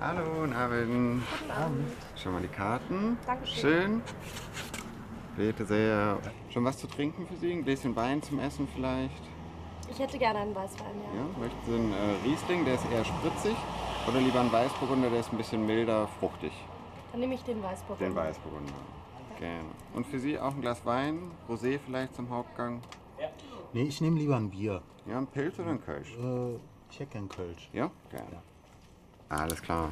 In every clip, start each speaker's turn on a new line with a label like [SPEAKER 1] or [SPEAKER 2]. [SPEAKER 1] Hallo, guten Abend. Schon mal die Karten. Dankeschön. Schön. Bitte sehr. Schon was zu trinken für Sie? Ein Gläschen Wein zum Essen vielleicht?
[SPEAKER 2] Ich hätte gerne einen Weißwein, ja.
[SPEAKER 1] Ja, möchten Sie einen äh, Riesling, der ist eher spritzig? Oder lieber einen Weißburgunder, der ist ein bisschen milder, fruchtig?
[SPEAKER 2] Dann nehme ich den Weißburgunder.
[SPEAKER 1] Den Weißburgunder. Gerne. Und für Sie auch ein Glas Wein? Rosé vielleicht zum Hauptgang?
[SPEAKER 3] Nee, ich nehme lieber ein Bier.
[SPEAKER 1] Ja, ein Pilz oder ein Kölsch?
[SPEAKER 3] Äh, ich hätte gern Kölsch.
[SPEAKER 1] Ja, gerne. Alles klar.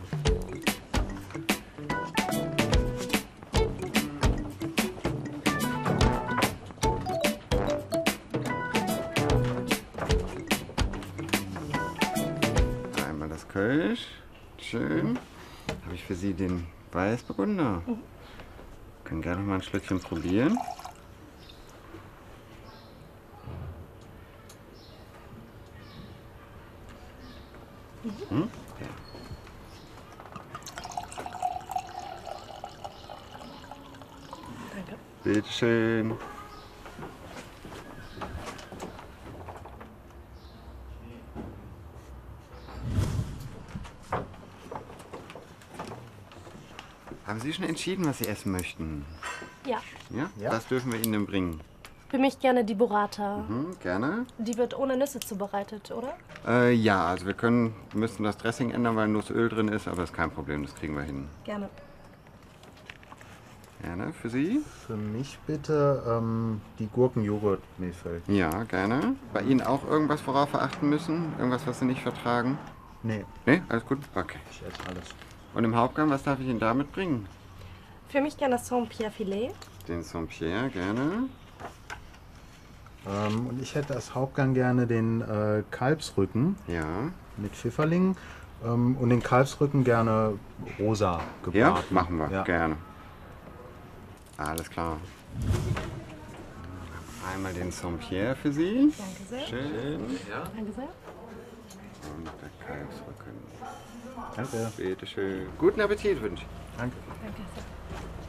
[SPEAKER 1] Einmal das Kölsch. Schön. Habe ich für Sie den Weißburgunder. Können gerne noch mal ein Schlückchen probieren.
[SPEAKER 2] Danke.
[SPEAKER 1] Bitteschön. Haben Sie schon entschieden, was Sie essen möchten?
[SPEAKER 2] Ja.
[SPEAKER 1] Ja?
[SPEAKER 3] Ja.
[SPEAKER 1] Was dürfen wir Ihnen denn bringen?
[SPEAKER 2] Für mich gerne die Burrata.
[SPEAKER 1] Hm, gerne.
[SPEAKER 2] Die wird ohne Nüsse zubereitet, oder?
[SPEAKER 1] Äh, ja, also wir können, müssen das Dressing ändern, weil Nussöl drin ist, aber ist kein Problem, das kriegen wir hin.
[SPEAKER 2] Gerne.
[SPEAKER 1] Gerne, für Sie?
[SPEAKER 3] Für mich bitte ähm, die Gurkenjoghurt-Milchfeld.
[SPEAKER 1] Ja, gerne. Bei Ihnen auch irgendwas, worauf wir achten müssen? Irgendwas, was Sie nicht vertragen?
[SPEAKER 3] Nee,
[SPEAKER 1] Ne, alles gut? Okay.
[SPEAKER 3] ich esse alles.
[SPEAKER 1] Und im Hauptgang, was darf ich Ihnen da mitbringen?
[SPEAKER 2] Für mich gerne das Saint-Pierre-Filet.
[SPEAKER 1] Den Saint-Pierre, gerne.
[SPEAKER 3] Ähm, und ich hätte als Hauptgang gerne den äh, Kalbsrücken
[SPEAKER 1] Ja.
[SPEAKER 3] mit Pfifferlingen ähm, und den Kalbsrücken gerne rosa gebraten.
[SPEAKER 1] Ja, machen wir,
[SPEAKER 3] Ja.
[SPEAKER 1] gerne. Alles klar. Einmal den Saint-Pierre für Sie.
[SPEAKER 2] Danke sehr.
[SPEAKER 1] Schön.
[SPEAKER 2] Danke sehr.
[SPEAKER 1] Und der Kalbsrücken.
[SPEAKER 3] Danke.
[SPEAKER 1] Bitte schön. Guten Appetit wünsche ich.
[SPEAKER 3] Danke.
[SPEAKER 2] Danke sehr.